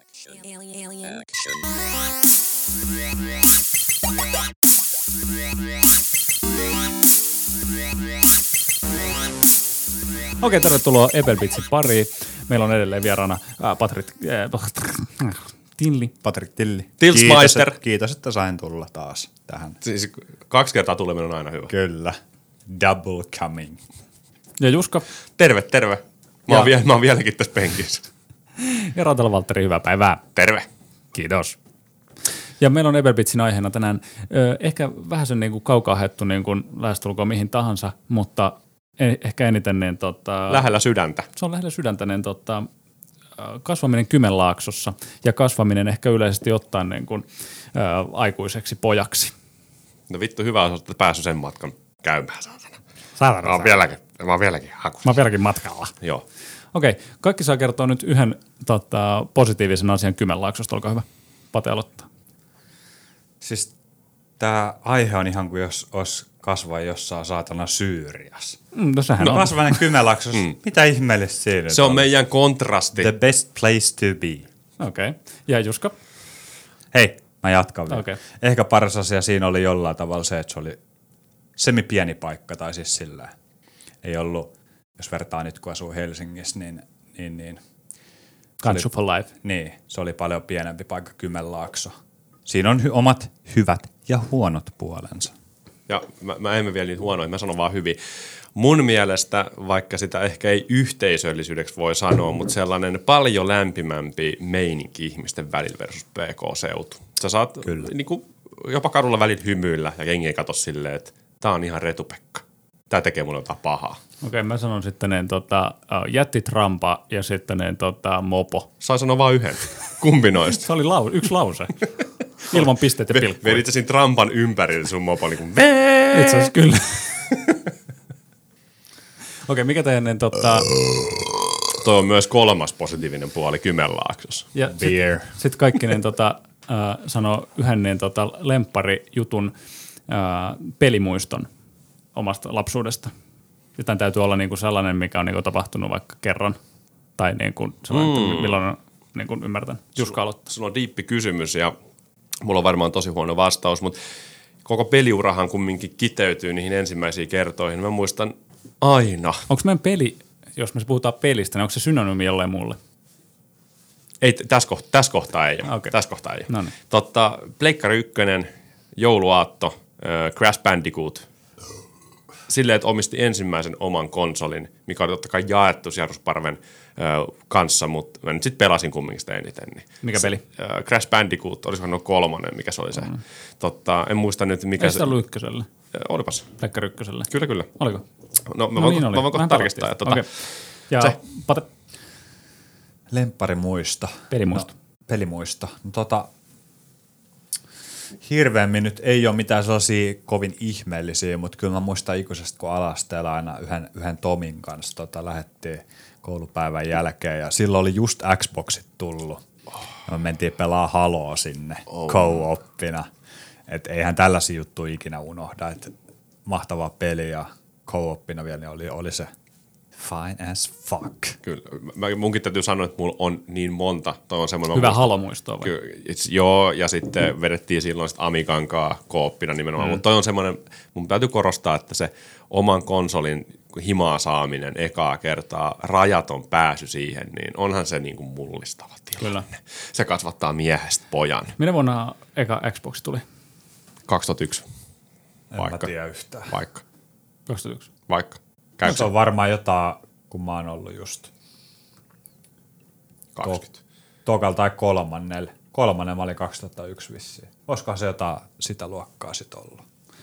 action. Action. Okei, tervetuloa Apple Beatsin pariin. Meillä on edelleen vieraana ää, Patrik... Äh, Tilli. Patrik Tilli. Tilsmeister. Kiitos, että- kiitos, että sain tulla taas tähän. Siis kaksi kertaa tuleminen on aina hyvä. Kyllä. Double coming. Ja Juska. Terve, terve. Mä Ja. oon, vielä, mä oon vieläkin tässä penkissä. Ja Ratala Valtteri, hyvää päivää. Terve. Kiitos. Ja meillä on Eberbitsin aiheena tänään ö, ehkä vähän sen niin kuin kaukaa haettu niin kuin lähestulkoon mihin tahansa, mutta e- ehkä eniten niin, tota, Lähellä sydäntä. se on lähellä sydäntä niin, tota, ö, kasvaminen Kymenlaaksossa ja kasvaminen ehkä yleisesti ottaen niin kuin, ö, aikuiseksi pojaksi. No vittu, hyvä on, että päässyt sen matkan käymään. saatana. Mä Saadaan. oon vieläkin, mä oon vieläkin haku. Mä oon vieläkin matkalla. Joo. Okei, kaikki saa kertoa nyt yhden tota, positiivisen asian Kymenlaaksosta, olkaa hyvä. Pate aloittaa. Siis tämä aihe on ihan kuin jos olisi kasvaa jossain saatana Syyriassa. Mm, No sehän No. no, on. Kasvainen kymälaaksos, mm. mitä ihmeellistä siinä nyt Se on meidän kontrasti. The best place to be. Okei. Okay. Ja Juska? Hei, mä jatkan vielä. Okei. Okay. Ehkä paras asia siinä oli jollain tavalla se, että se oli semi pieni paikka, tai siis sillä ei ollut, jos vertaa nyt kun asuu Helsingissä, niin, niin, niin Kansu for life. Niin, se oli paljon pienempi paikka Kymenlaakso. Siinä on hy- omat hyvät ja huonot puolensa. Ja mä, mä emme vielä niitä huonoja, mä sanon vaan hyvin. Mun mielestä, vaikka sitä ehkä ei yhteisöllisyydeksi voi sanoa, mutta sellainen paljon lämpimämpi meininki ihmisten välillä versus PK-seutu. Sä saat Kyllä. Niinku, jopa kadulla välit hymyillä ja jengi ei katso silleen, että tää on ihan retupekka. Tää tekee mulle jotain pahaa. Okei, okay, mä sanon sitten ne tota, äh, jättitrampa ja sitten ne tota, mopo. Sain sanoa vaan yhden. Kumpi noista? Se oli lau- yksi lause. Ilman pisteitä ja pilkkuja. Vedit sä siinä trampan ympärille sun mopo niin kuin Itse asiassa kyllä. Okei, okay, mikä teidän ne, tota, Toi on myös kolmas positiivinen puoli Kymenlaaksossa. ja Beer. Sitten sit kaikki ne tota, äh, sanoo yhden ne, tota, lempparijutun äh, pelimuiston omasta lapsuudesta. Ja tämän täytyy olla niinku sellainen, mikä on niinku tapahtunut vaikka kerran. Tai niinku sellainen, mm. milloin on, niinku ymmärtän. Juska aloittaa. Sulla on diippi kysymys ja mulla on varmaan tosi huono vastaus, mutta koko peliurahan kumminkin kiteytyy niihin ensimmäisiin kertoihin. Mä muistan aina. Onko meidän peli, jos me puhutaan pelistä, niin onko se synonyymi jolleen muulle? Ei, t- tässä, kohtaa, tässä kohtaa ei ole. Okei. Tässä kohtaa ei ole. Noniin. Totta, Pleikkari 1, jouluaatto, äh, Crash Bandicoot. Silleen, että omisti ensimmäisen oman konsolin, mikä oli totta kai jaettu sijarrusparven äh, kanssa, mutta mä nyt sitten pelasin kumminkin sitä eniten. Niin. Mikä peli? Äh, Crash Bandicoot, olisiko no kolmonen, mikä se oli se. Mm. Totta, en muista nyt, mikä Ei se... sitä ollut ykkösellä, Äh, Olipas. Pekka Rykkösellä. Kyllä, kyllä. Oliko? No, mä no voin, niin mä voin kohta Vähän tarkistaa. Ja, palattiin tota, okay. sitä. Okei. Ja se. Pate, Lempparimuisto. Pelimuisto. No, pelimuisto. No, tota, hirveämmin nyt ei ole mitään sellaisia kovin ihmeellisiä, mutta kyllä mä muistan ikuisesti, kun alasteella aina yhden, yhden Tomin kanssa tota, lähettiin koulupäivän jälkeen ja silloin oli just Xboxit tullut. Ja me mentiin pelaa haloa sinne oh. co-oppina. Et eihän tällaisia juttuja ikinä unohda. Et mahtava peli ja co-oppina vielä niin oli, oli se fine as fuck. kyllä. Mä, munkin täytyy sanoa, että mulla on niin monta. Toi on semmoinen... hyvä muistan- halomuistoa. Vai? Ky- it's- joo, ja sitten vedettiin silloin sitten Amigankaa kooppina nimenomaan, mm. mutta toi on semmoinen, mun täytyy korostaa, että se oman konsolin himaa saaminen ekaa kertaa, rajaton pääsy siihen, niin onhan se niinku mullistava tilanne. Kyllä. Se kasvattaa miehestä pojan. Minä vuonna eka Xbox tuli? 2001. En Vaikka. mä tiedä yhtään. Vaikka. 2001. Vaikka. Käykö No Se No se? on varmaan jotain, kun mä oon ollut just 20. tokal tai kolmannella. Kolmannen mä olin 2001 vissiin. Olisikohan se jotain sitä luokkaa sit ollut?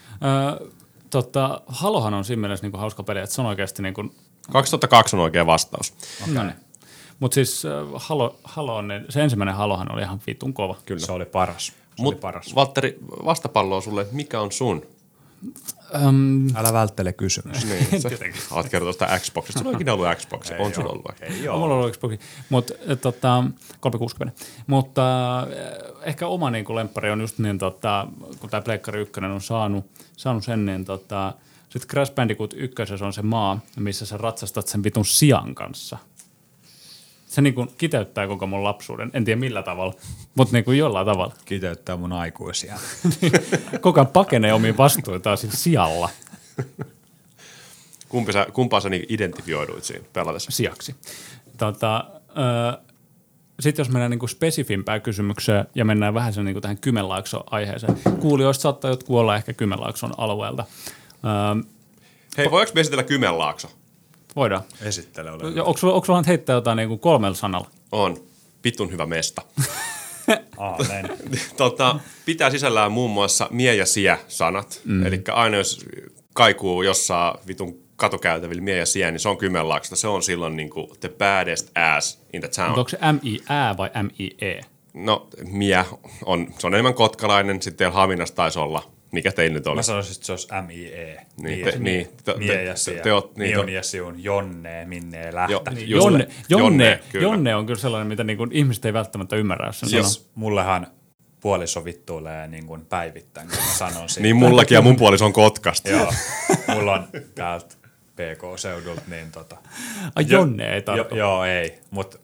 Öö, tota, Halohan on siinä mielessä niinku hauska peli, että se on oikeasti niinku 2002 on oikea vastaus. Okay. Mutta siis äh, Halo, Halo on, niin se ensimmäinen Halohan oli ihan vitun kova. Kyllä. Se oli paras. Se oli Mut, paras. Valtteri, vastapalloa sulle, että mikä on sun? Öm, Älä välttele kysymystä. Niin, sä oot kertonut sitä Xboxista. Sulla on ikinä ollut Xbox. on sulla ollut. Joo. Mulla on ollut Xboxi, mutta tota, 360. Mutta äh, ehkä oma niin lemppari on just niin, tota, kun tämä Pleikkari 1 on saanut, saanut sen, niin tota, sitten Crash Bandicoot 1 on se maa, missä sä ratsastat sen vitun sian kanssa. Se niin kuin kiteyttää koko mun lapsuuden. En tiedä millä tavalla, mutta niin kuin jollain tavalla. Kiteyttää mun aikuisia. Koko ajan pakenee omiin vastuitaan siis sijalla Kumpi sä, kumpaa sä niinku identifioiduit siinä pelatessa? sijaksi. Tota, sitten jos mennään niinku spesifimpään kysymykseen ja mennään vähän sen niinku tähän Kymenlaakson aiheeseen. Kuulijoista saattaa jotkut olla ehkä Kymenlaakson alueelta. Öö, Hei, voiko me esitellä Kymenlaakso? voidaan. Esittele No ole. Ja Onko sulla, onko sulla nyt heittää jotain niinku kolmella sanalla? On. Pitun hyvä mesta. Aamen. tota, pitää sisällään muun muassa mie ja sie sanat. Mm. Eli aina jos kaikuu jossain vitun katukäytävillä mie ja sie, niin se on Kymenlaaksosta. Se on silloin niinku the baddest ass in the town. Mut Onko se M-I-Ä vai E? M-I-E? No, mie on, se on enemmän kotkalainen, sitten teillä Haminassa taisi olla. Mikä teillä nyt oli? Mä sanoisin, että se olisi M-I-E. Niin, Mie- te- niin. Te- te- Mie ja te- Sia. te oot- niin, Mion te- ja Siun, Jonne, Minne, Lähtä. Joo. Niin. Just- Jonne, Jonne, kyllä. Jonne on kyllä sellainen, mitä niinku ihmiset ei välttämättä ymmärrä, jos sen sanoo. Siis mullehan puoliso vittuilee niin kuin päivittäin, kun mä sanon siitä. Niin mullakin ja mun puoliso on Kotkasta. Joo, tota, mulla on täältä PK-seudulta, niin tota. Ai Jo- Jonne ei tarkoita. Jo, joo, ei, mutta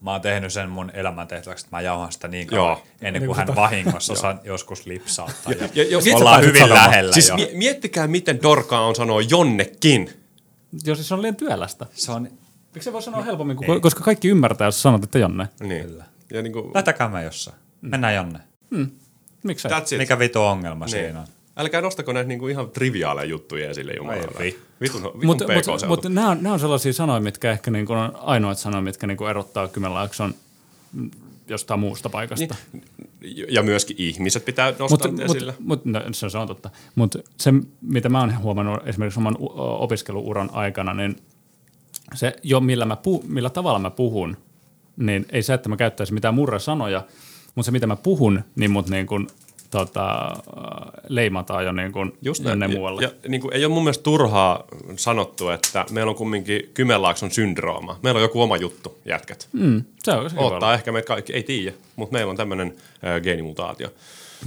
mä oon tehnyt sen mun elämäntehtäväksi, että mä jauhan sitä niin Joo. kauan, ennen kuin tota- hän vahingossa saa joskus lipsauttaa. Ja, ja- ja sit sä ollaan pääset hyvin sanomaan. lähellä Siis jo. mie- miettikää, miten dorkaa on sanoa jonnekin. Jos siis se on liian työlästä. Se on, Miksi se voi sanoa helpommin, kuin, koska kaikki ymmärtää, jos sanot, että Jonne. Niin. Kyllä. Ja niin kuin, lähtäkää mä jossain. Mennään Jonne. Miksi ei? that's it. Mikä vitu ongelma Niin. siinä on? Älkää nostako näitä niinku ihan triviaaleja juttuja esille, jumala. Ai vittu. Vitun, vitun Mutta pk-seutu. mut, mut nämä, on, nämä on sellaisia sanoja, mitkä ehkä niin on ainoat sanoja, mitkä niin erottaa Kymenlaakson mm, jostain muusta paikasta. Niin, ja myöskin ihmiset pitää mutta nostaa mut, mut, esille. mut, no, se, se on totta. Mutta se, mitä mä oon huomannut esimerkiksi oman u- opiskeluuran aikana, niin se jo millä, mä pu, millä tavalla mä puhun, niin ei se, että mä käyttäisin mitään murresanoja, mutta se mitä mä puhun, niin mut niin kun, tota, äh, leimataan jo niin kun jonne näin. muualle. Ja, ja niin kuin, ei ole mun mielestä turhaa sanottu, että meillä on kumminkin Kymenlaakson syndrooma. Meillä on joku oma juttu, jätkät. Mm, se on se voi olla. Ottaa ehkä meitä kaikki, ei tiedä, mutta meillä on tämmöinen äh, geenimutaatio.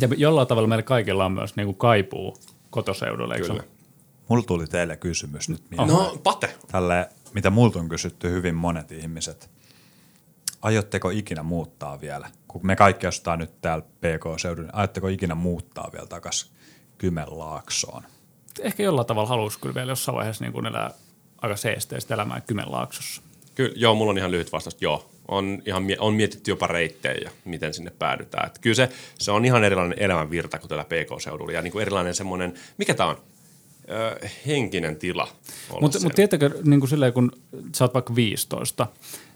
Ja jollain tavalla meillä kaikilla on myös niin kuin kaipuu kotoseudulle, eikö se Kyllä. ole? Mulla tuli teille kysymys nyt mieleen. No, Pate. tälle, mitä multa on kysytty hyvin monet ihmiset. Aiotteko ikinä muuttaa vielä? Kun me kaikki asutaan nyt täällä PK-seudun, niin aiotteko ikinä muuttaa vielä takaisin Kymenlaaksoon? Ehkä jollain tavalla haluaisi kyllä vielä jossain vaiheessa niin kuin elää aika seesteistä elämää Kymenlaaksossa. Kyllä, joo, mulla on ihan lyhyt vastaus, joo. On, ihan, mie- on mietitty jopa reittejä ja miten sinne päädytään. Et kyllä se, se on ihan erilainen elämänvirta kuin täällä PK-seudulla ja niin kuin erilainen semmoinen, mikä tämä on? Ö, henkinen tila. olla Mutta siellä. mut tiedättekö, niin kuin silleen, kun sä oot vaikka 15,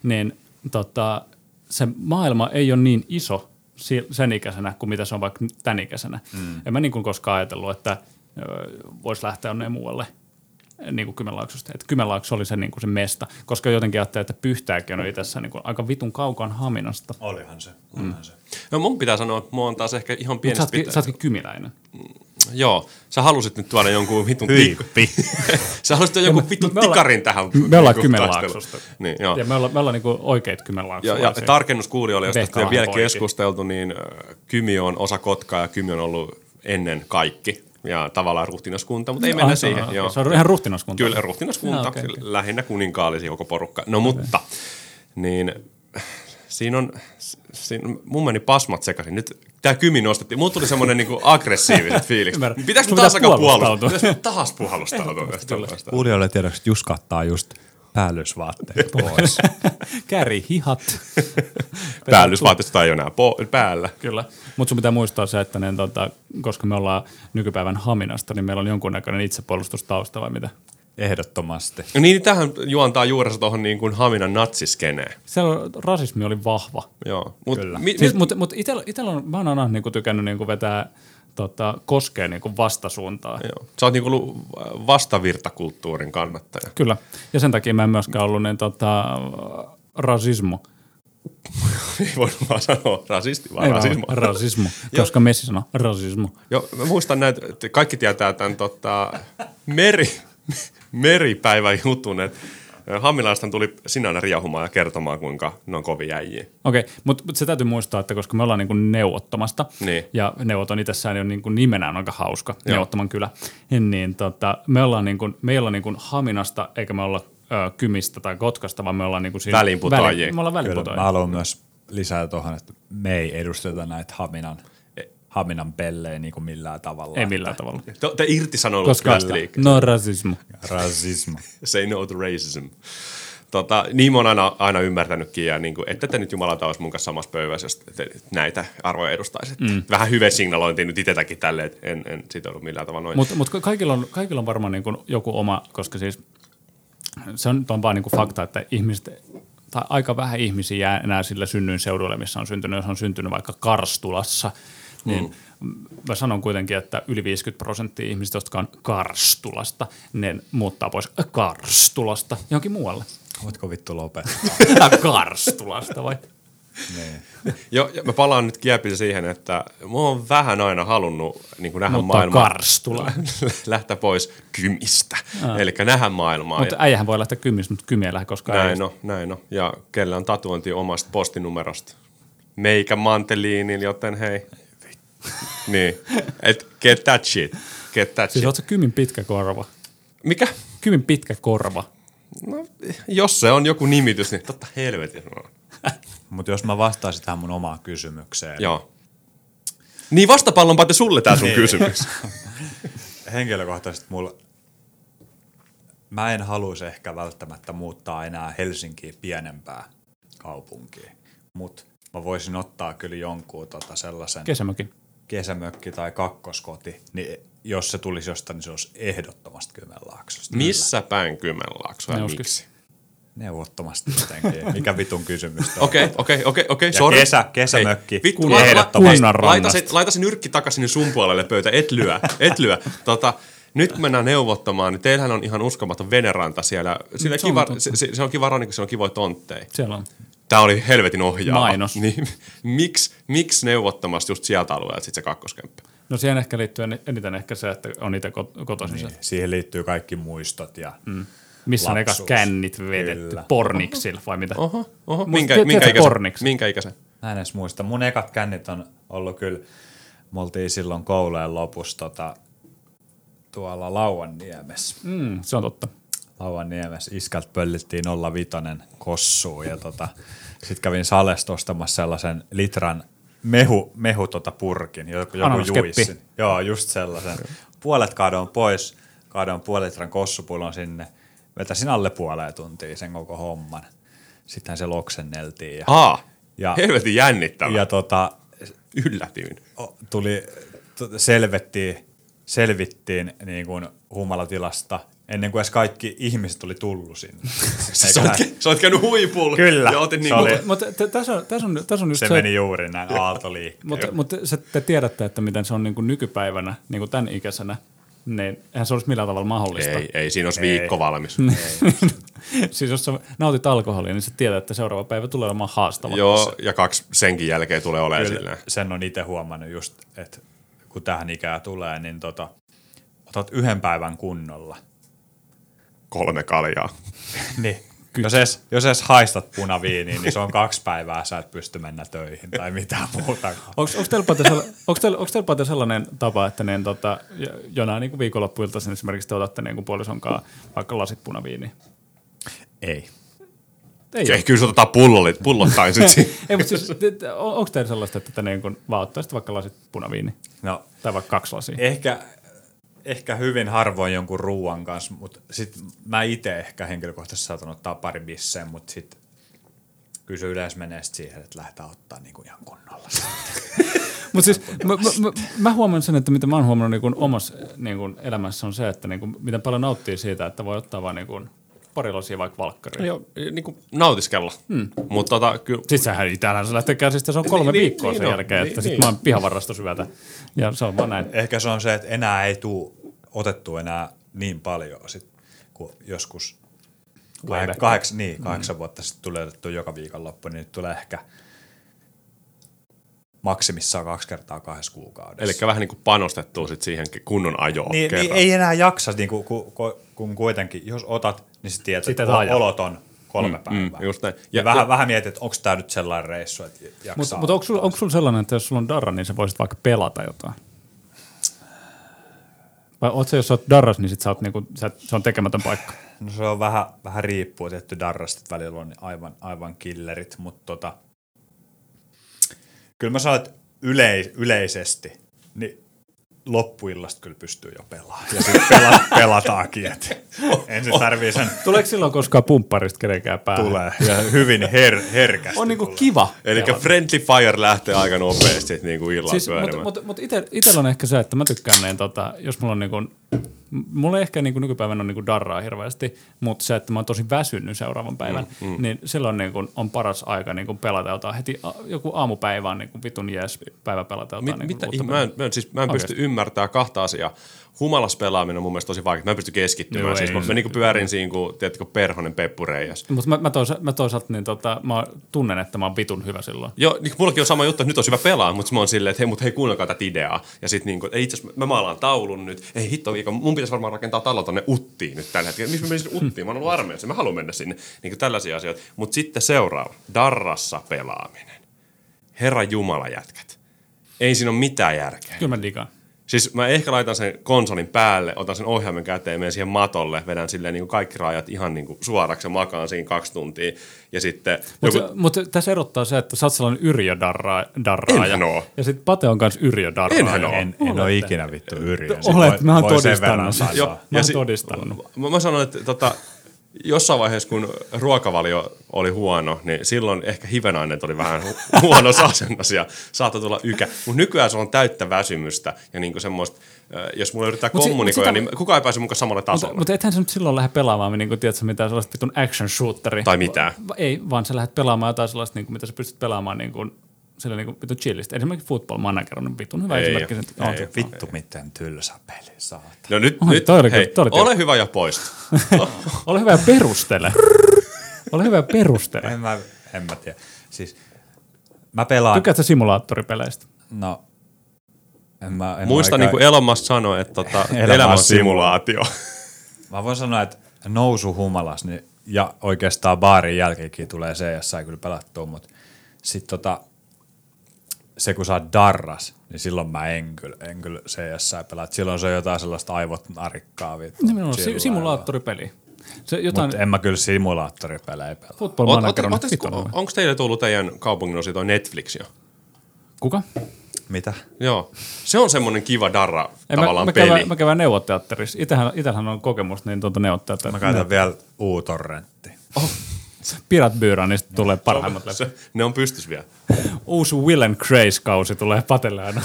niin tota, se maailma ei ole niin iso si- sen ikäisenä kuin mitä se on vaikka tämän ikäisenä. Mm. En mä niin kuin koskaan ajatellut, että voisi lähteä jonneen muualle niin kuin Kymenlaaksosta. Että Kymenlaakso oli se, niin kuin se mesta, koska jotenkin ajattelin, että Pyhtääkin on itse niin kuin aika vitun kaukan Haminasta. Olihan se, olihan mm. se. No mun pitää sanoa, että mua on taas ehkä ihan Mutta sä, pienestä ootkin- pitää. sä ootkin kymiläinen. Joo. Joo, sä halusit nyt tuoda jonkun vitun tik- Tyyppi. Sä halusit tuoda jonkun me- vitun me ollaan- tikarin tähän. me ollaan niinku Kymenlaaksosta. taisteluun. Niin, joo. Ja me ollaan, me ollaan niinku oikeita Ja, ja kymenlaaksolaisia. tarkennus kuulijoille, jos tästä ei ole Vehkalan vielä poikia. keskusteltu, niin äh, Kymi on osa Kotkaa ja Kymi on ollut ennen kaikki ja tavallaan ruhtinaskunta, mutta ei mennä Ai, se on- siihen. okei, joo. Se on ihan ruhtinaskunta. Kyllä, ruhtinaskunta, Ah, no, okei, okay, okei. lähinnä kuninkaallisi koko porukka. No mutta, niin siinä on, siinä, mun meni pasmat sekaisin. Nyt tämä kymi nostettiin. Mulla tuli semmoinen niinku aggressiiviset fiilikset. Ymmärrän. Pitäisikö Sun taas pitää aika puolustautua? puolustautua. Pitäisikö taas puolustautua tästä tällaista? Kuulijoille tiedoksi, että Juska ottaa just päällysvaatteet pois. Käri hihat. Päällysvaatteista ei ole enää po- päällä. Kyllä. Mutta sun pitää muistaa se, että ne, tota, koska me ollaan nykypäivän Haminasta, niin meillä on jonkunnäköinen itsepuolustustausta vai mitä? Ehdottomasti. No niin, niin tähän juontaa juurensa tuohon niin kuin Haminan natsiskeneen. Siellä rasismi oli vahva. Joo. Mut, Kyllä. Mi, Siis, mi, mutta mut itellä, itellä on, mä oon aina niinku tykännyt niinku vetää tota, koskeen niinku vastasuuntaa. joo. Sä oot niin kuin ollut vastavirtakulttuurin kannattaja. Kyllä. Ja sen takia mä en myöskään ollut niin, tota, rasismo. Ei voi vaan sanoa rasisti, vaan Ei rasismo. vaan, rasismo. Koska Messi sanoi rasismo. Joo, mä muistan näitä, että kaikki tietää tämän tota, meri, meripäivän jutun, että Hamilaistan tuli sinä aina riahumaan ja kertomaan, kuinka ne on kovin äijiä. Okei, mutta mut se täytyy muistaa, että koska me ollaan niinku neuvottomasta, Niin. ja neuvoton itsessään on niinku nimenään aika niin hauska, Joo. neuvottoman kylä, niin tota, me ollaan niinku, me ei olla niinku Haminasta, eikä me olla ö, Kymistä tai Kotkasta, vaan me ollaan niinku siinä Väliinputoajia. väli- Me ollaan Kyllä, väliinputoajia. mä haluan myös lisää tuohon, että me ei edusteta näitä Haminan, Haminan pellejä niin kuin millään tavalla. Ei millään tavalla. Te, te irtisanoilut Koska hyvästä liikkeestä. no rasismu. Rasism. Say no to racism. Tota, niin mä oon aina, aina ymmärtänytkin, ja niin kuin, että te nyt jumalata olisi mun kanssa samassa pöydässä, jos te näitä arvoja edustaisitte. Mm. Vähän hyve signalointi nyt itsetäkin tälle, että en, en sitoudu millään tavalla noin. Mutta mut ka- kaikilla, on, kaikilla on varmaan niin kuin joku oma, koska siis se on, on vaan niin kuin fakta, että ihmiset, tai aika vähän ihmisiä jää enää sillä synnyin seudulle, missä on syntynyt, jos on syntynyt vaikka Karstulassa, niin mm. mä sanon kuitenkin, että yli 50 prosenttia ihmisistä, jotka on Karstulasta, ne muuttaa pois Karstulasta johonkin muualle. Voitko vittu lopettaa? Karstulasta vai? niin. Jo, ja mä palaan nyt kiepillä siihen, että mä oon vähän aina halunnut niin kuin nähdä Mutta maailmaa. Karstula. Lähteä pois kymistä. Eli nähdä maailmaa. Mutta ja äijähän voi lähteä kymmistä, mutta kymiä ei lähde koskaan. näin no, näin no. Ja kellä on tatuointi omasta postinumerosta? Meikä manteliinilla, joten hei. niin. Et get that shit. Get that Siis shit. oot sä kymin pitkä korva? Mikä? Kymin pitkä korva. Jos se on joku nimitys, niin totta helvetin. on. Mutta jos mä vastaisin tähän mun omaan kysymykseen. Joo. Niin vastapallon paatte sulle tää sun kysymys. Henkilökohtaisesti mulla... Mä en haluaisi ehkä välttämättä muuttaa enää Helsinkiin pienempää kaupunkiin. Mutta mä voisin ottaa kyllä jonkun tota sellaisen... Kesämökin. kesämökki tai kakkoskoti, niin jos se tulisi jostain, niin se olisi ehdottomasti Kymenlaaksosta. Missä päin Kymenlaaksoa ja Neuskis. miksi? Neuvottomasti jotenkin. Mikä vitun kysymys tämä Okei, okei, okei, okei, Ja sorry. kesä- kesämökki. Hei, vittu, Kun- la- la- ehdottomasti. laita, laita, se, laita se nyrkki takaisin sinne sun puolelle pöytä, et lyö, et lyö. Tota, nyt kun mennään neuvottamaan, niin teillähän on ihan uskomaton veneranta siellä. Sillä Se on kiva, totta. se, se, se, on kiva rannikko, siellä on kivoja tontteja. Siellä on. Tämä oli helvetin ohjaava. Mainos. Niin, miksi, miksi neuvottamassa just sieltä alueelta sit se kakkoskemppi? No siihen ehkä liittyy en- eniten ehkä se, että on itse kot- kotoisin niin. Niin, siihen liittyy kaikki muistot ja mm. Missä on ekas Lapsuus. kännit vedetty. Kyllä. Porniksilla vai mitä? Oho, oho. Mut Minkä, te- minkä, tiedätkö ikäisen, porniksi? minkä ikäisen? mä en edes muista. Mun ekat kännit on ollut kyllä, me oltiin silloin koulujen lopussa tota, tuolla Lauanniemessä. Mm, se on totta. Lauanniemessä iskältä pöllittiin 05 kossuun ja tota, sitten kävin salesta ostamassa sellaisen litran mehu, mehu tota purkin, joku, joku Ananaskeppi. juissin. Joo, just sellaisen. Puolet kaadoin pois, kaadoin puolen litran kossupulon sinne, vetäsin alle puoleen tuntia sen koko homman. Sittenhän se loksenneltiin ja, Aa, Ja- helvetin jännittävä. ja tota, Yllätyin. o- tuli, t- selvettiin, selvittiin niin kuin humalatilasta ennen kuin edes kaikki ihmiset oli tullut sinne. Sä oot, kä- sä oot käynyt huipulla. Kyllä, Ja otit se niin oli- Mutta tässä on, tässä on, tässä on just se, se, meni juuri näin aaltoliikkeen. mutta, mutta se, te tiedätte, että miten se on niin kuin nykypäivänä, niin kuin tämän ikäisenä, niin eihän se olisi millään tavalla mahdollista. Ei, ei, siinä olisi viikko valmis. siis jos sä nautit alkoholia, niin sä tiedät, että seuraava päivä tulee olemaan haastava. Joo, ja kaksi senkin jälkeen tulee olemaan Kyllä, silleen. sen on itse huomannut just, että kun tähän ikää tulee, niin tota, otat yhden päivän kunnolla. kolme kaljaa. Niin. Jos edes, jos edes haistat punaviiniin, niin se on kaksi päivää, sä et pysty mennä töihin tai mitään muuta. Onko teillä, Pate, sella- onks teillä, onks teillä Pate, sellainen tapa, että niin, tota, jo- jonain niin viikonloppuilta sen esimerkiksi te otatte niin puolison kanssa vaikka lasit punaviiniä? Ei. Ei, Ei, kyllä se otetaan pullollit, pullottain sit siinä. Ei, mutta siis, te- te- on- onko teillä sellaista, että te niin kun vaan ottaisitte vaikka lasit punaviini? No, Tai vaikka kaksi lasia? ehkä, ehkä hyvin harvoin jonkun ruuan kanssa, mutta sit mä itse ehkä henkilökohtaisesti saatan ottaa pari bisseen, mutta sit kyllä se yleensä menee sit siihen, että lähdetään ottaa niinku ihan kunnolla. Mutta siis mä, mä, mä, mä huomaan sen, että mitä mä oon huomannut niin kun omassa niin kun elämässä on se, että niin kun, miten paljon nauttii siitä, että voi ottaa vaan niin kun pari lasia vaikka valkkariin. Joo, niin kuin nautiskella. Hmm. Mutta tota, kyllä, Siis sehän itähän se lähtee käsistä, se on kolme Niin, niin, niin, viikkoa niin sen on. jälkeen, Niin, että sit niin. mä oon pihavarasto syvätä. Ja se on vaan näin. ehkä se on se, että enää ei tuu otettu enää niin paljon sit, kuin joskus Way kahek- back. kaheksan, niin, kahdeksan mm. vuotta sitten tulee otettu joka viikonloppu, niin nyt tulee ehkä maksimissaan kaksi kertaa kahdessa kuukaudessa. eli vähän niin kuin panostettua sit siihen kunnon ajoon niin, niin, kerran. ei enää jaksa, niin kuin, kun, kun kuitenkin, jos otat, niin sitten tiedät, Sitten että et aja. olot on kolme mm, päivää. mm, just näin. Ja, Ja- ja vähän, ja- vähän mietit, että onko tämä nyt sellainen reissu, että jaksaa. Mutta mut onko sulla onks sul sellainen, että jos sulla on darra, niin sä voisit vaikka pelata jotain? Vai oot sä, jos sä oot darras, niin sit sä oot, niinku, sä, se on tekemätön paikka. No se on vähän, vähän riippuu, tietty darrastit välillä on aivan, aivan killerit, mutta tota, kyllä mä sanon, että yle, yleisesti niin loppuillasta kyllä pystyy jo pelaamaan. Ja sitten pela, pelataankin, että en se tarvii sen Tuleeko silloin koskaan pumpparista kenenkään päähän? tulee. Ja hyvin her, herkästi On niinku tulee. kiva. Eli pelata. friendly fire lähtee aika nopeasti niinku illalla siis, siis, pyörimään. Mutta mut, mut itsellä on ehkä se, että mä tykkään niin, tota, jos mulla on niinku, m- mulla ei ehkä niinku nykypäivänä on niinku darraa hirveästi, mutta se, että mä oon tosi väsynyt seuraavan päivän, mm, mm. niin silloin niinku on paras aika niinku pelata jotain heti a- joku aamupäivä on niinku vitun jees päivä pelata jotain. Mit, niinku Niin, mitä uutta ihme? Mä en, mä en, siis, mä en pysty ymmärtämään kahta asiaa. Humalas pelaaminen on mun mielestä tosi vaikea. Mä en pysty keskittymään. Joo, siis, ei mä, se- mä niinku pyörin siinä, kun tiedätkö, perhonen peppureijas. Mutta mä, mä, toisaalta, mä toisaalta niin tota, mä tunnen, että mä oon vitun hyvä silloin. Joo, niin mullakin on sama juttu, että nyt olisi hyvä pelaa, mutta mä oon silleen, että hei, mut hei, kuunnelkaa tätä ideaa. Ja sitten niin ei itse asiassa, mä maalaan taulun nyt. Ei hitto viikon, mun pitäisi varmaan rakentaa talo tonne Uttiin nyt tällä hetkellä. Miksi mä menisin Uttiin? Mä oon ollut armeijassa, mä haluan mennä sinne. Niin kuin tällaisia asioita. Mutta sitten seuraava, Darrassa pelaaminen. Herra Jumala jätkät. Ei siinä ole mitään järkeä. Kyllä mä digaan. Siis mä ehkä laitan sen konsolin päälle, otan sen ohjaimen käteen, menen siihen matolle, vedän silleen niin kuin kaikki rajat ihan niin kuin suoraksi ja makaan siinä kaksi tuntia. Ja sitten Mutta joku, mut tässä erottaa se, että sä oot sellainen yrjödarraaja. Enhän oo. Ja sit Pate on kans yrjödarraaja. Enhän oo. En, en ole ikinä vittu yriä. Olet, mä oon todistanut. Joo, Mä ja oon si- todistanut. mä, mä sanon, että tota, jossain vaiheessa, kun ruokavalio oli huono, niin silloin ehkä hivenaineet oli vähän hu- huonossa asennossa ja saattoi tulla ykä. Mutta nykyään se on täyttä väsymystä ja niinku semmoista, ö, jos mulla yrittää Mut si- mut kommunikoida, sitä- niin kukaan ei pääse mukaan samalle tasolle. Mutta ethän sä nyt silloin lähde pelaamaan, niin kuin, tiedätkö, mitään sellaista vitun action shooteri. Tai mitään. Va- ei, vaan sä lähdet pelaamaan jotain sellaista, niin kuin, mitä sä pystyt pelaamaan niin kuin, sillä niin kuin, vitun chillistä. Esimerkiksi Football Manager on vitun hyvä Ei esimerkki. oo. Nyt- on Ei se. oo. Vittu miten tylsä peli saat. No nyt, Oi, nyt toi oli hei, kyllä- toi oli ole hyvä ja poista. Ole hyvä ja perustele. Ole hyvä ja perustele. En mä, en mä tiedä. Siis mä pelaan, Tykkäätkö sä simulaattoripeleistä? no en mä, en Muista mä, niin kuin Elon Musk sanoi, että tota, Elämä on elämä on simulaatio. mä voin sanoa, että nousu humalas niin, ja oikeastaan baarin jälkeenkin tulee se, jos sai kyllä pelattua, mutta sit tota, se kun saa darras, niin silloin mä en kyllä, en kyllä CS pelaa. Silloin se on jotain sellaista aivot narikkaa vittu. Nimenomaan si- Sillailla. simulaattoripeli. Se jotain Mut en mä kyllä simulaattoripelejä pelaa. Football eh, Oot- Manager on ootte- vitun ootte- hyvä. Onko teille tullut teidän kaupungin osi toi Netflix jo? Kuka? Mitä? Joo. Se on semmoinen kiva darra Ei, mä, tavallaan mä, peli. kävän, mä kävän neuvoteatterissa. Itähän, itähän on kokemusta niin tuota Mä neuvoteatterissa. käytän vielä uutorrentti. Pirat Byranista tulee parhaimmat läpi. se, ne on pystys vielä. Uusi Will and Grace-kausi tulee patelle aina.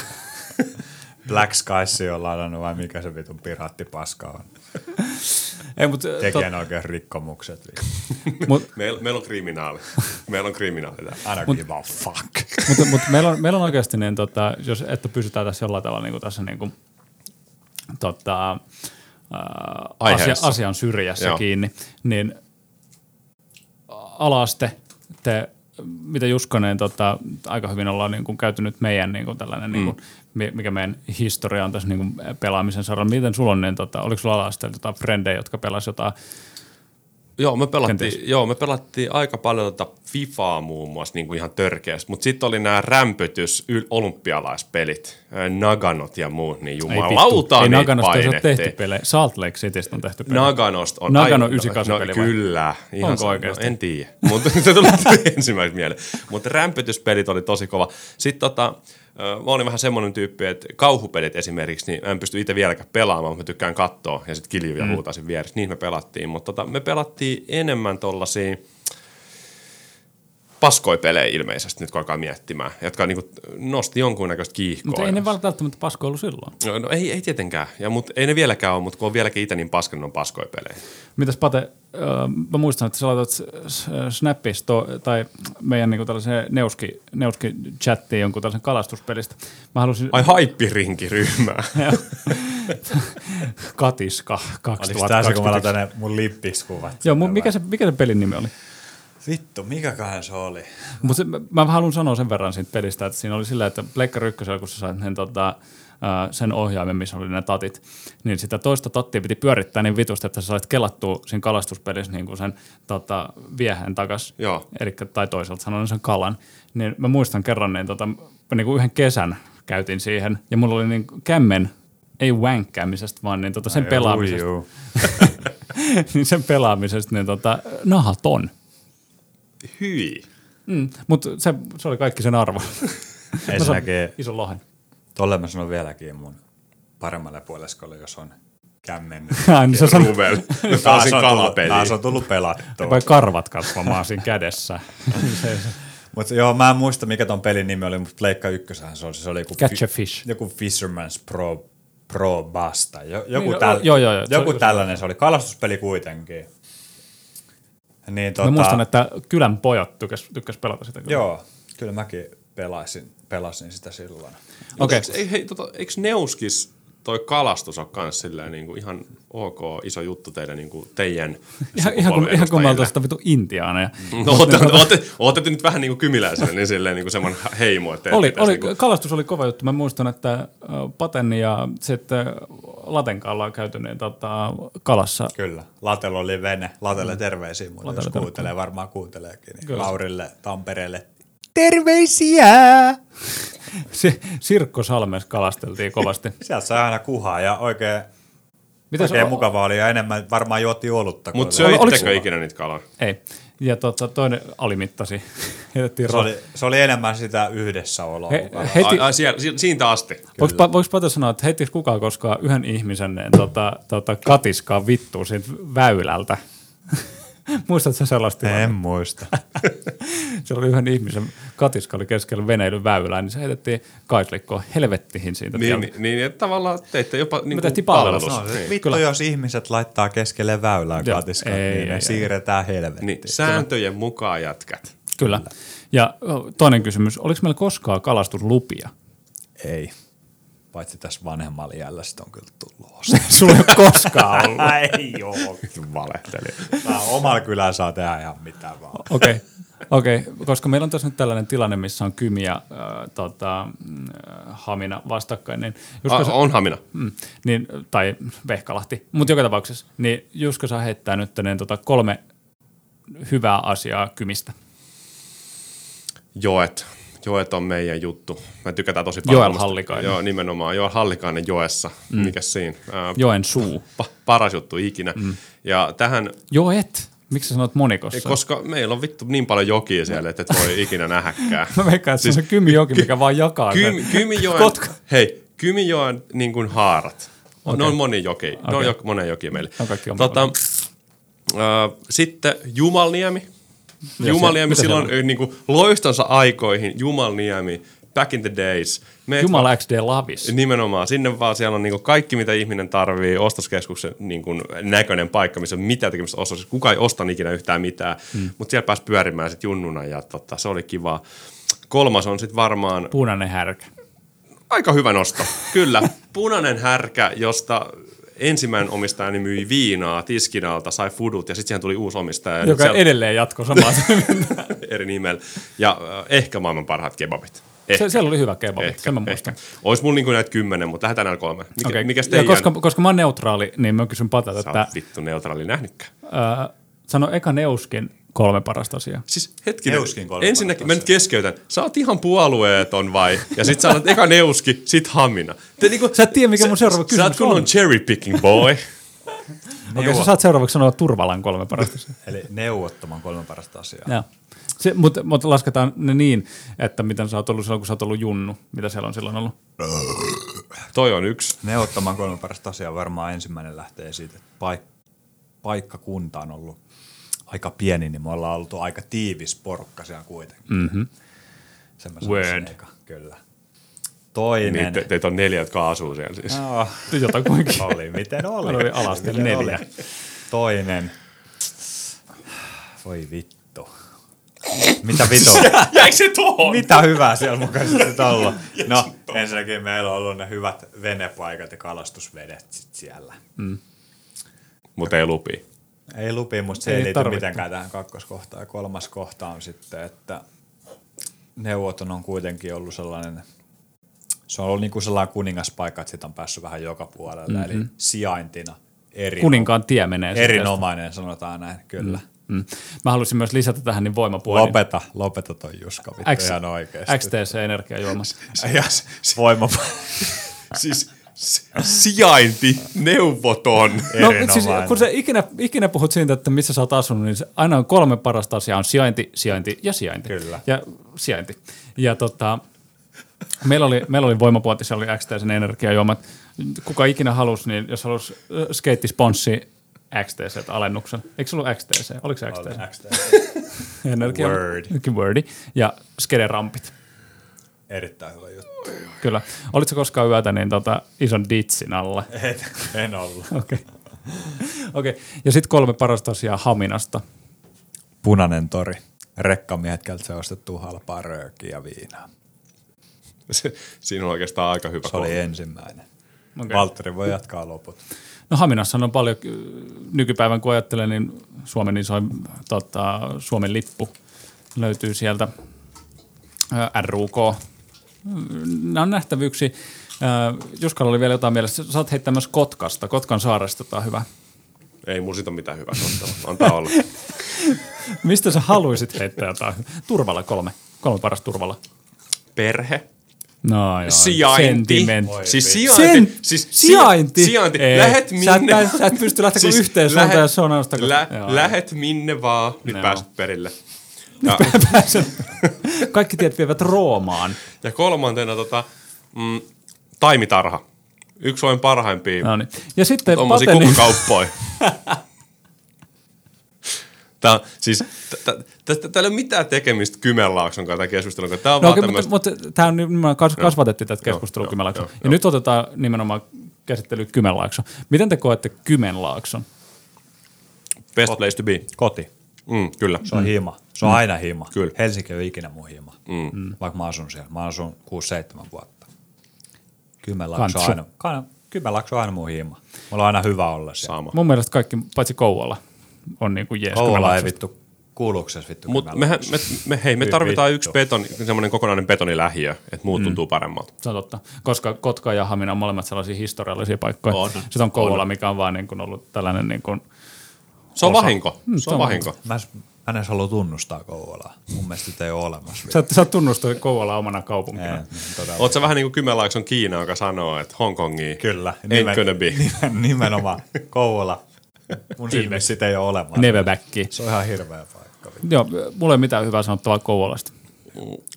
Black Skies on ladannut vai mikä se vitun piraattipaska on. Ei, mut, tota- Tekijän oikein rikkomukset. vittu. tot, mut, Meil, meillä on kriminaali. Meillä on kriminaali täällä. I don't give a fuck. mut, mut meillä, on, meillä on oikeasti, niin, tota, jos, että pysytään tässä jollain tavalla niin kuin tässä niin kuin, tota, ää, asia, Aiheessa. asian syrjässä Joo. Joo. kiinni, niin alaste te, mitä Juskonen, tota, aika hyvin ollaan niin kuin, käyty nyt meidän niin kuin, tällainen, mm. niin kuin, mi- mikä meidän historia on tässä niin kuin, pelaamisen saralla. Miten sulla on, niin, tota, oliko sulla ala-asteella jotain frendejä, jotka pelasivat jotain Joo, me pelattiin, Kenties. joo, me pelattiin aika paljon tota FIFAa muun muassa niin kuin ihan törkeästi, mutta sitten oli nämä rämpytys yl- olympialaispelit, ö, Naganot ja muut, niin jumalauta Ei niitä Naganosta ei ole painettiin. tehty pelejä. Salt Lake Citystä on tehty pelejä. Naganost on Nagano aivan- No, 98 peli vai? Kyllä. Onko sama. oikeasti? No, en tiedä, mutta se tuli ensimmäisenä mieleen. Mutta rämpytyspelit oli tosi kova. Sitten tota, ö, mä olin vähän semmoinen tyyppi, että kauhupelit esimerkiksi, niin mä en pysty itse vieläkään pelaamaan, mutta mä tykkään katsoa ja sitten kiljuja Mm. ja huutaa sen vieressä. Niin me pelattiin, mutta tota, me pelattiin enemmän tollasia paskoja pelejä ilmeisesti nyt kun alkaa miettimään, jotka niinku nosti jonkunnäköistä kiihkoa. Mutta ei ja- ne välttämättä pasko ollut silloin. No, no ei, ei tietenkään, ja, mutta ei ne vieläkään ole, mutta kun on vieläkin itse niin paskan, niin on paskoja pelejä. Mitäs Pate, äh, mä muistan, että sä laitat s- s- Snappisto tai meidän niinku tällaiseen neuski, neuski chattiin jonkun tällaisen kalastuspelistä. Mä halusin Ai haippirinkiryhmää. Katiska Oliko tää se, kun 2021. mä laitan ne mun lippiskuvat? Joo, mun, mikä, se, mikä se pelin nimi oli? Vittu, mikäköhän se oli? Mut se, mä, mä haluan sanoa sen verran siitä pelistä, että siinä oli sillä, että Pleikkari ykkösellä, kun sä sait sen, tota, äh, sen ohjaimen, missä oli ne tatit, niin sitä toista tattia piti pyörittää niin vitusti, että sä sait kelattua siinä kalastuspelissä niin kuin sen tota, viehen takas. Joo. Elikkä, tai toisaalta sanoen sen kalan. Niin mä muistan kerran, niin, tota, niin kuin yhden kesän käytin siihen, ja mulla oli niin kuin kämmen ei wankkäämisestä, vaan niin tota sen Ai, pelaamisesta, ui, juu. niin sen pelaamisesta, niin tota, nahaton. Hyi. Mm, mutta se, se, oli kaikki sen arvo. Mä saan Ensinnäkin Ison lohen. tolle mä sanon vieläkin mun paremmalle puoliskolle, jos on kämmennyt. Ai, niin sä sanot- Ruvel. Mä pääsin kalapeliin. taas on tullut pelattua. Vai karvat kasvamaan siinä kädessä. se, se. Mutta joo, mä en muista mikä ton pelin nimi oli, mutta Pleikka ykkösähän se oli. Se oli joku, Catch a fish. joku Fisherman's Pro, Pro Basta. Jo, joku Niin, täl, joo, joo, joo. Se joku oli- tällainen se oli. Kalastuspeli kuitenkin. Niin, tota, Mä muistan, että kylän pojat tykkäs, tykkäs pelata sitä. kyllä. Joo, kyllä mäkin pelasin, pelasin sitä silloin. Okei. Mutta Eikö, hei, tota, eikö Neuskis toi kalastus ole kans silleen niinku ihan ok iso juttu teidän, niinku, teidän Ihan, ihan, kun, ihan kun mä oltais sukupolven sitä vitu intiaaneja. Mm. edustajille? No ootte, ootte, ootte te nyt vähän niinku kymiläisenä, niin silleen niinku semmoinen heimo, että Oli, oli, niinku, kalastus oli kova juttu. Mä muistan, että äh, Paten ja sitten Latenkaalla on käyty niin, tota, kalassa. Kyllä. Latel oli vene. Latelle terveisiä muuten, Mm. Latelle jos terve- kuuntelee, varmaan kuunteleekin. Niin Kyllä. Laurille Tampereelle. Si- Sirkko Salmes kalasteltiin kovasti. Sieltä sai aina kuhaa ja oikein, Mitä se oikein on? mukavaa oli ja enemmän varmaan juotti olutta. kuin Mutta oli- Oli- oliks- söittekö ikinä niitä kalaa? Ei. Ja tota, toinen alimittasi. Heitettiin se, ro- oli, se oli enemmän sitä yhdessäoloa. He- mukana. heti, Ai, ai, siellä, si- siitä asti. Voiko, pa, voiko Pate sanoa, että heittikö kukaan koskaan yhden ihmisen niin, tota, tota, katiskaa vittuun siitä väylältä? Muistatko sä sellaista? tilannetta? En muista. Se oli yhden ihmisen katiska oli keskellä veneilyn väylää, niin se heitettiin kaislikkoon helvettihin siitä. tieltä. Niin, niin, että tavallaan teitte jopa niinku tehtiin palvelus. palvelus. No, se- Niin. Vittu, Kyllä. jos ihmiset laittaa keskelle väylää Joo, katiskat, ei, niin ei, ne ei. siirretään helvettiin. Niin, sääntöjen mukaan jätkät. Kyllä. Ja o, toinen kysymys, oliko meillä koskaan kalastuslupia? Ei. Paitsi tässä vanhemmalla jäljellä sit on kyllä tullut osa. Sulla ei ole koskaan ollut. ei oo. Valehteli. Tää omalla kylällä saa tehdä ihan mitä vaan. Okei, okei, koska meillä on tässä nyt tällainen tilanne, missä on Kymi ja äh, tota, mm, Hamina vastakkain, niin just kun sä- Onhan minä. Mm, niin, tai Vehkalahti, mutta joka tapauksessa, niin Jusko saa heittää nyt niin, tota, kolme hyvää asiaa kymistä. Joet. Joet on meidän juttu. Me tykätään tosi Joel tämmöstä- Hallikainen. Joo, nimenomaan. Joel Hallikainen joessa. Mm. Mikäs siinä? Ää, Joen suu. pa- paras juttu ikinä. Mm. Ja tähän, Joet. Miksi sä sanot monikossa? koska meillä on vittu niin paljon jokia siellä, että et voi ikinä nähäkään. Mä veikkaan, että siis, se on kymijoki, mikä vaan jakaa Kymi, sen. Kymijoen, Kotka. hei, Kymijoen niin kuin haarat. Okay. Ne on moni joki. Okay. Ne on Okei. jo, monen joki meillä. Ne on kaikki omia tota, ää, sitten Jumalniemi. Jumalniemi mitä siellä silloin äh, niin kuin loistonsa aikoihin. Jumalniemi, back in the days. Meet Jumala XD Niin. Lavis. Nimenomaan. Sinne vaan siellä on niinku kaikki, mitä ihminen tarvii, ostoskeskuksen niinku näköinen paikka, missä on mitä tekemistä ostoksessa. Kuka ei osta ikinä yhtään mitään, mm. mutta siellä pääsi pyörimään sitten junnuna ja tota, se oli kiva. Kolmas on sitten varmaan Punainen härkä. aika hyvä nosto. Kyllä, punainen härkä, josta ensimmäinen omistajani myi viinaa tiskinalta, sai fudut ja sitten siihen tuli uusi omistaja. Ja nyt Joka siellä- edelleen jatkoi samaa. eri nimellä. Ja äh, ehkä maailman parhaat kebabit. Ehkä, se, siellä oli hyvä kebab, ehkä, sen mä muistan. Ehkä. Olisi mulla niinku näitä kymmenen, mutta lähdetään näillä kolme. Mikä, okay. Okei. Mikäs ja teidän? koska, koska mä oon neutraali, niin mä kysyn Patelta, Sä oot että vittu neutraali nähnytkään. äh, sano eka Neuskin kolme parasta asiaa. Siis hetkinen, Neuskin kolme ensinnäkin mä parasta nyt keskeytän. Sä oot ihan puolueeton vai? Ja sit sä olet eka neuski, sit hamina. Te niinku, Sä et tiedä, mikä mun seuraava Sä oot kysymys kunnon on. cherry picking boy. Okei, sä saat seuraavaksi sanoa Turvalan kolme parasta asiaa. Eli neuvottoman kolme parasta asiaa. Joo. Se, mutta, mutta lasketaan ne niin, että miten sä oot ollut silloin, kun sä oot ollut junnu. Mitä siellä on silloin ollut? Toi on yksi. Neuvottoman kolme parasta asiaa varmaan ensimmäinen lähtee siitä, että paik- paikkakunta on ollut aika pieni, niin me ollaan oltu aika tiivis porukka siellä kuitenkin. Mm-hmm. Sen mä sanoisin Word. Eka, kyllä. Toinen. Niin, te, teitä on neljä, jotka asuu siellä siis. no, Jotakuinkin. oli miten oli. Meillä oli alastel Miten neljä. oli. Toinen. Voi vittu. Mitä vittu? Ah. Jäikö se tohon? Mitä hyvää siellä mukaan sitten olla? No, ensinnäkin meillä on ollut ne hyvät venepaikat ja kalastusvedet sit siellä. Mutta ei lupi. Ei lupi, mutta se Ei ei, liity tarvittu. mitenkään tähän kakkoskohtaan. Ja kolmas kohta on sitten, että neuvoton on kuitenkin ollut sellainen, se on ollut niin kuin sellainen kuningaspaikka, että sitä on päässyt vähän joka puolelle. Mm-hmm. Mhm. Eli sijaintina erino- Kuninkaan tie menee. sitten erinomainen, sanotaan näin, kyllä. Mm. tästä. Mm. Mä haluaisin myös lisätä tähän niin voimapuolin. Lopeta, lopeta toi Juska, vittu X- ihan oikeesti. XTC energiajuomassa. Ja voima, Siis S- Sijainti, neuvoton. No, Erinomainen. siis, kun sä ikinä, ikinä puhut siitä, että missä sä oot asunut, niin se aina on kolme parasta asiaa on sijainti, sijainti ja sijainti. Kyllä. Ja sijainti. Ja tota, meillä oli, meillä oli voimapuoti, se oli XTCn energiajuomat. Kuka ikinä halusi, niin jos halusi äh, skeittisponssi XTC alennuksen. Eikö se ollut XTC? Oliko se XTC? Energia, Word. Wordi. Ja skeden rampit. Erittäin hyvä juttu. Kyllä. Olitko koskaan yötä niin tota, ison ditsin alla? En, en ollut. Okei. Okay. Okay. Ja sitten kolme parasta asiaa Haminasta. Punainen tori. Rekkamiehet se ostettu halpaa röökiä ja viinaa. Se- Siinä on oikeastaan aika hyvä. Se oli kohta. ensimmäinen. Okei. Okay. Valtteri voi jatkaa loput. No Haminassa on paljon, äh, nykypäivän kun ajattelee, niin Suomen isoin tota, Suomen lippu löytyy sieltä Äh, RUK. Nämä on nähtävyyksi. Äh, Juskalla oli vielä jotain mielessä. Sä oot heittämässä Kotkasta, Kotkan saaresta, tämä on hyvä. Ei mun siitä ole mitään hyvää sanottavaa. Antaa olla. Mistä sä haluaisit heittää jotain? Turvalla kolme. Kolme parasta turvalla. Perhe. No joo. Sijainti. Sentiment. Voi Siis sijainti. Sen, siis si- sijainti. sijainti. Ei. Lähet Sä et, minne- pää- sä et pysty lähteä siis yhteen suuntaan, jos se on ainoastaan. kun- lä- Joo. lähet minne vaan. Nyt Joo. pääset perille. Ja, Kaikki tiet vievät Roomaan. ja kolmantena tota, mm, taimitarha. Yksi Suomen parhaimpia No niin. Ja sitten Tuommoisia Pateni, kukukauppoja. Tämä, siis, t- t- tästä- tällä ei ole mitään tekemistä Kymenlaakson kanssa tämän keskustelun kanssa. Tämä on No, no, vaan okay, tämmöistä, mutta, mutta tämä on nimenomaan kas, kasvatettiin tätä keskustelua joo, Kymenlaakson. joo, Ja nyt otetaan nimenomaan käsittely Kymenlaakson. Miten te koette Kymenlaakson? best place to be. Koti. Mm, kyllä. Se on hima. Se on aina hima. Kyllä. Helsinki on ikinä mun hima. Mm. Vaikka mä asun siellä. Mä asun 6-7 vuotta. Kymenlaakso on Kantsu. aina, kan, Kymenlaakso on aina mun hima. Mulla on aina hyvä olla siellä. Sama. Mun mielestä kaikki, paitsi Kouvola, on niin kuin jees. Kouvola ei Kymenlaaksosta. vittu kuuluksessa vittu Mutta me, me, me, hei, me Hyvin tarvitaan vittu. yksi beton, semmoinen kokonainen betonilähiö, että muut tuntuu paremmalta. Se on totta, koska Kotka ja Hamina on molemmat sellaisia historiallisia paikkoja. On. Sitten on Kouvola, mikä on vaan niin kuin ollut tällainen niin kuin Se on Osa. vahinko. Mm, Se on vahinko. Mä, en- mä en edes halua tunnustaa Kouvolaa. Mun mielestä sitä ei ole olemassa. Sä, sä tunnustat Kouvola omana kaupunkina. Ei, todella. Oot sä vähän niin kuin Kymenlaakson Kiina, joka sanoo, että Hongkongi Kyllä. ain't gonna be. Nimen, nimenomaan Kouvola. Mun silmissä sitä ei ole olemassa. Neveväkki. Se on ihan hirveä paikka. vittu. Joo, mulla ei mitään hyvää sanottavaa Kouvolasta.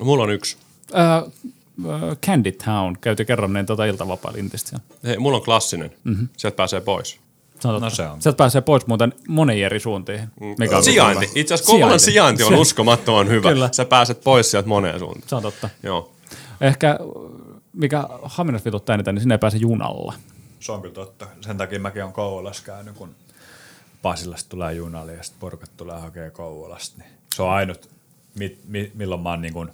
Mulla on yksi. Äh, äh, Candy Town, käytiin kerran niin tota iltavapaa-lintistä siellä. Hei, mulla on klassinen. Mhm. Mm-hmm. Sieltä pääsee pois. Se on totta. No se on. Mm. Sieltä pääsee pois muuten moniin eri suuntiin. Mikä on Sijainti. hyvä. Itse asiassa Kouvolan sijainti on uskomattoman hyvä. Kyllä. Sä pääset pois sieltä moneen suuntaan. Se on totta. Joo. Ehkä äh, mikä Haminassa vituttaa eniten, niin sinne ei pääse junalla. Se on kyllä totta. Sen takia mäkin on Kouvolassa käynyt, kun Pasilasta tulee junalla ja sitten porukat tulee hakee Kouvolasta. Niin se on ainut, mi, mi, milloin mä oon niin kuin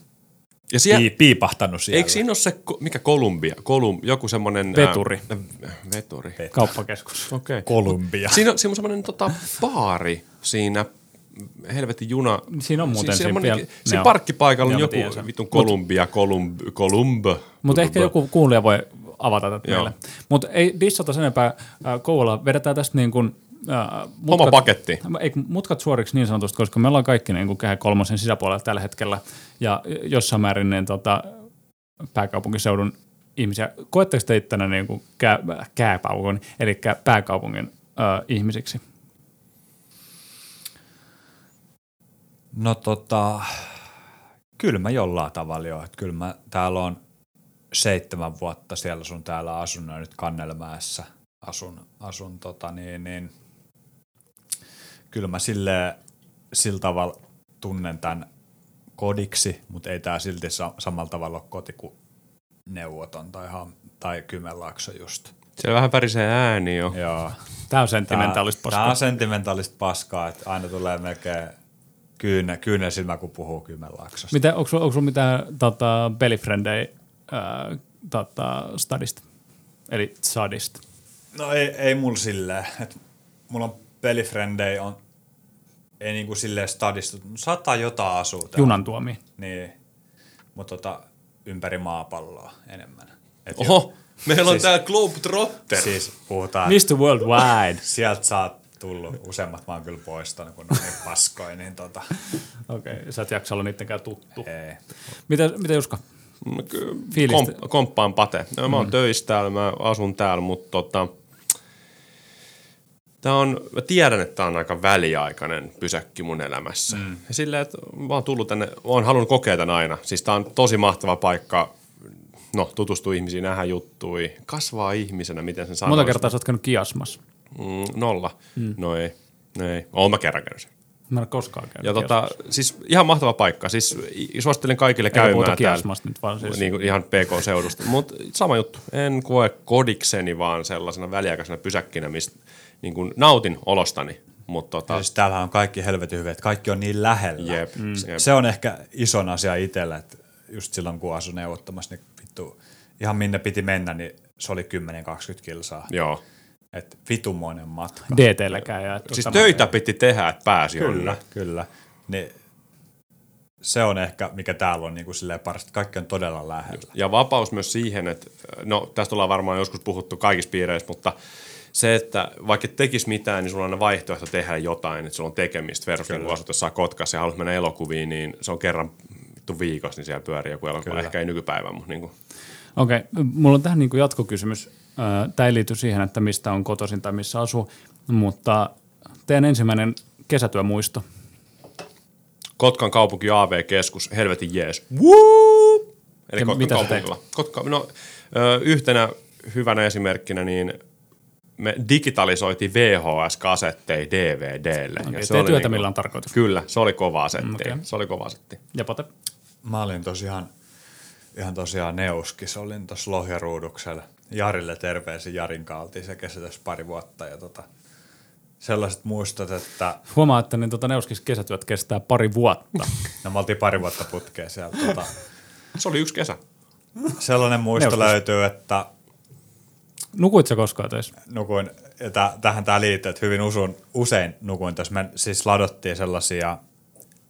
Ja siellä, pii, piipahtanut siellä. eikö siinä ole se, ko- mikä Kolumbia? Kolum, joku semmoinen... Veturi. Ää, veturi. Kauppakeskus. Okei. Okay. Kolumbia. Siinä on, siinä on semmoinen tota, baari siinä helvetin juna... Siinä on muuten siinä, siinä semmoinen- vielä- siinä joo. parkkipaikalla on Joo, mä joku tiedän sen. vitun Kolumbia, Kolumb, Kolumb. Mutta ehkä joku kuulija voi avata tätä Joo. meille. Mutta ei dissata sen enempää. Äh, Kouvola vedetään tästä niin kuin, äh, mutkat, Oma paketti. Ei, kun mutkat suoriksi niin sanotusti, koska me ollaan kaikki niin kuin kehä kolmosen sisäpuolella tällä hetkellä. Ja jossain määrin niin, tota, pääkaupunkiseudun ihmisiä. Koetteko te ittänä niin kuin kää, kääpaukon, eli pääkaupungin äh, ihmisiksi? No tota, kyllä mä jollain tavalla jo. Että kyllä mä täällä on seitsemän vuotta siellä sun täällä asunut ja nyt Kannelmäessä asun, asun tota niin, niin kyllä mä sille sillä tavalla tunnen tämän kodiksi, mutta ei tää silti sa- samalla tavalla ole koti kuin neuvoton tai, ham, tai Kymenlaakso just. Siellä vähän värisee ääni jo. Joo. Tämä on sentimentaalista Tämä paskaa. on sentimentaalista paskaa, että aina tulee melkein kyynä, kyynä silmä, kun puhuu Kymenlaaksosta. Mitä, onko sulla, onko sulla mitään tota, pelifrendejä äh, tota, stadista? Eli sadista. No ei, ei mulla silleen. Et mulla on pelifrendejä, on, ei niinku silleen stadistu. Sata jotain asuu täällä. Junan tuomiin. Niin, mutta tota, ympäri maapalloa enemmän. Et Oho, meillä on Siis- täällä Globetrotter. Jo, siis puhutaan, Mist? Mr. Worldwide. sieltä sä oot tullut. Useimmat mä oon kyllä poistanut, kun ne on niin paskoja, niin tota, Okei, sä et jaksa olla niittenkään tuttu. ei. Mitä, mitä Juska? No ky- Fiilistä. komp- komppaan pate. No, mä oon mm. töissä täällä, mä asun täällä, mutta tota, tää on, mä tiedän, että tämä on aika väliaikainen pysäkki mun elämässä. Mm. Ja silleen, että mä oon tullut tänne, mä oon halunnut kokea tämän aina. Siis tää on tosi mahtava paikka, no tutustua ihmisiin, nähdä juttui, kasvaa ihmisenä, miten sen sanoo. Monta kertaa sä oot käynyt kiasmas. Mm, nolla. Mm. No ei, no ei. Oon mä kerran käynyt siellä. Mä en ole koskaan käynyt Ja kiasmassa. tota, siis ihan mahtava paikka. Siis i- suosittelen kaikille Ei käymään puhuta täällä. kiasmasta nyt vaan siis. Niin kuin ihan PK-seudusta. Mutta sama juttu. En koe kodikseni vaan sellaisena väliaikaisena pysäkkinä, mistä niin kuin nautin olostani. Mutta Ja tota, Siis täällähän on kaikki helvetin hyviä, että kaikki on niin lähellä. Jep, mm. jep. Se on ehkä ison asia itsellä, että just silloin kun asuin neuvottomassa, niin vittu, ihan minne piti mennä, niin se oli 10-20 kilsaa. joo. Et vitumoinen matka. DTlläkään. Ja, Siis töitä piti tehdä, että pääsi Kyllä, jonne. kyllä. Niin se on ehkä, mikä täällä on niin kuin silleen parasta. Kaikki on todella lähellä. Ja vapaus myös siihen, että no tästä ollaan varmaan joskus puhuttu kaikissa piireissä, mutta se, että vaikka et tekisi mitään, niin sulla on aina vaihtoehto tehdä jotain, että sulla on tekemistä versus niin kun asut jossain Kotkassa ja haluat mennä elokuviin, niin se on kerran vittu viikossa, niin siellä pyörii joku elokuva, ehkä ei nykypäivän, mutta niin kuin, Okei, mulla on tähän niin kuin jatkokysymys. Tämä ei liity siihen, että mistä on kotoisin tai missä asuu, mutta teidän ensimmäinen kesätyömuisto. Kotkan kaupunki AV-keskus, helvetin jees. Woo! Eli Ja Kotkan mitä sä kaupunkilla. Kotka, no, ö, yhtenä hyvänä esimerkkinä, niin me digitalisoitiin VHS-kasetteja DVDlle. Okei, Ja tee työtä, niinku- millä on tarkoitus. Mm, Kyllä, se oli kova setti. okei. Okay. Se oli kova setti. Ja Pate? Mä olin tosiaan, ihan tosiaan neuskis, olin tuossa lohjaruuduksella. Jarille terveisiä Jarin kaltiin se kesä tässä pari vuotta. Ja tota, sellaiset muistot, että Huomaa, että niin, tota, Neuskis kesätyöt kestää pari vuotta. no, me oltiin pari vuotta putkeen siellä. Tota, Se oli yksi kesä. sellainen muisto Neuskis. löytyy, että Nukuit sä koskaan töissä? nukuin, ja tä- tähän tämä liittyy, että hyvin usun, usein nukuin tässä. Me siis ladottiin sellaisia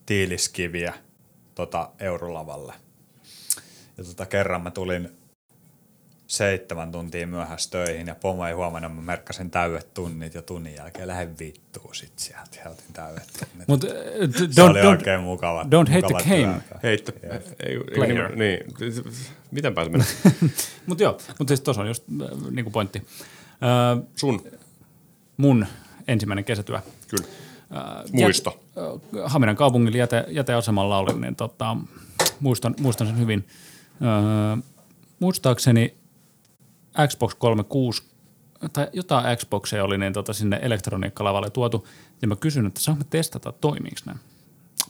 tiiliskiviä tota, eurolavalle. Ja tota, kerran mä tulin seitsemän tuntia myöhässä töihin ja pomo ei huomannut, mä merkkasin täydet tunnit ja tunnin jälkeen lähden vittuun sit sieltä ja otin täydet tunnit. Mut, äh, Se oli don't, don't, oikein mukava. don't hate mukava the game. työaika. Heitto. Ei, ei, Player. niin, miten pääsi mennä? mut joo, mut siis tuossa on just äh, niinku pointti. Äh, Sun, mun ensimmäinen kesätyö. kyllä. Äh, Muisto. Jät- äh, Haminan kaupungilla jäte, jäteasemalla olin, niin tota, muistan, muistan sen hyvin. Öö, muistaakseni Xbox 360 tai jotain Xboxia oli niin tota, sinne elektroniikkalavalle tuotu, ja mä kysyin, että saanko me testata, toimiiks ne?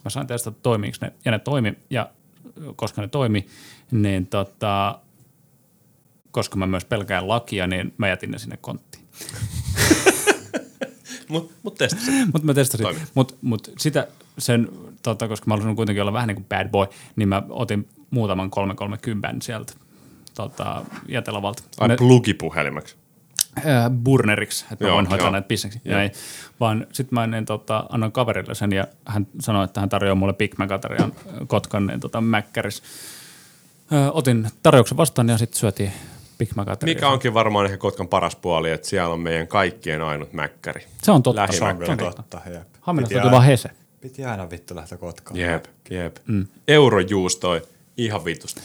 Mä sain testata, toimiiks ne, ja ne toimi, ja koska ne toimi, niin tota, koska mä myös pelkään lakia, niin mä jätin ne sinne konttiin. Mut, mut testasi. Mutta mä testasin. Toimi. Mutta mut sitä sen, tota, koska mä halusin kuitenkin olla vähän niin kuin bad boy, niin mä otin muutaman 330 sieltä tota, jätelavalta. Ai Ne- plugipuhelimeksi. äh, burneriksi, että mä Joo, voin hoitaa joo. näitä bisneksi. Joo. Näin. Vaan sitten mä niin, tota, annan kaverille sen ja hän sanoi, että hän tarjoaa mulle Big Mac-aterian äh, Kotkan niin, tota, Mäkkäris. Ö, otin tarjouksen vastaan ja sitten syötiin Big Mac-ateriaa. Mikä onkin varmaan ehkä Kotkan paras puoli, että siellä on meidän kaikkien ainut mäkkäri. Se on totta. Lähi- Se on kyllä Mäkkäri. totta. jep. Haminasta Piti tuli vaan aina- hese. Piti aina vittu lähteä Kotkaan. Jep, jep. Mm. Eurojuustoi, ihan vitusta.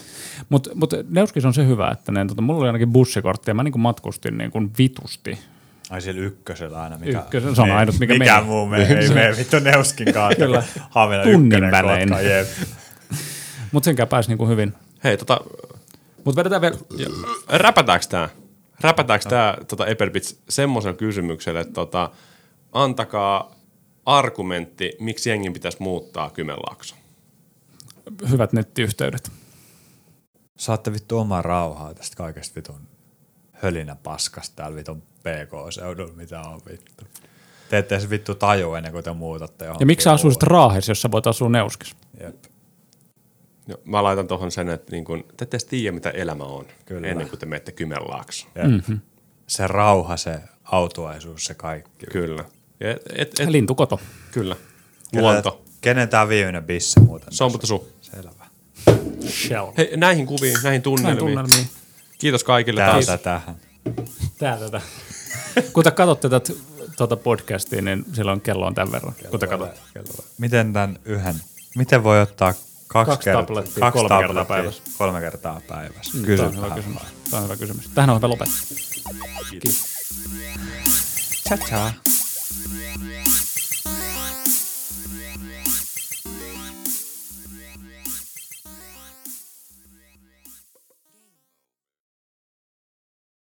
Mutta mut Neuskis on se hyvä, että ne, tota, mulla oli ainakin bussikortti ja mä niin matkustin niin kuin vitusti. Ai sillä ykkösellä aina. Mikä, Ykkösellä, se on ainut, mikä mikä meni. muu me ei mene vittu Neuskin kautta. Kyllä. Kyllä. Haamina Tunnin ykkönen välein. Kotka, jep. Mutta senkään pääsi niin kuin hyvin. Hei, tota, Mutta vedetään vielä, räpätääks tää? Räpätääks tää tota Eperbits semmoisen kysymyksen, että tota, antakaa argumentti, miksi jengin pitäisi muuttaa Kymenlaakso. hyvät nettiyhteydet. Saatte vittu omaa rauhaa tästä kaikesta vitun hölinä paskasta täällä vitun PK-seudulla, mitä on vittu. Te ette edes vittu taju ennen kuin te muutatte johonkin. Ja miksi sä asuisit muualle. Raahessa, jos sä voit asua Neuskis? Jep. Ja No, Mä laitan tuohon sen, että niin kun, te ette edes tiedä, mitä elämä on, Kyllä. Kyllä. ennen kuin te menette Kymenlaaksoon. Jep. Mm-hmm. Se rauha, se autoaisuus, se kaikki. Kyllä. Ja Et, et, et, Lintukoto. kyllä. Kenen- Luonto. Kenen tää viimeinen bisse muuten? Se on mutta sun. Selvä. Shell. Hei, näihin kuviin, näihin Näin tunnelmiin. tunnelmiin. Kiitos kaikille taas. Täältä tähän. Tää tätä. Kun te katsotte tätä tuota podcastia, niin silloin kello on tämän verran, kun te katsotte. Miten tämän yhden, miten voi ottaa Kaksi, Kaksi kert- tablettia, kaksi kolme kertaa tablettia, päivässä. Kolme kertaa päivässä. Tämä Kysy on hyvä vähän. kysymys. Tämä on hyvä kysymys. Tähän on hyvä lopettaa. Ciao, ciao.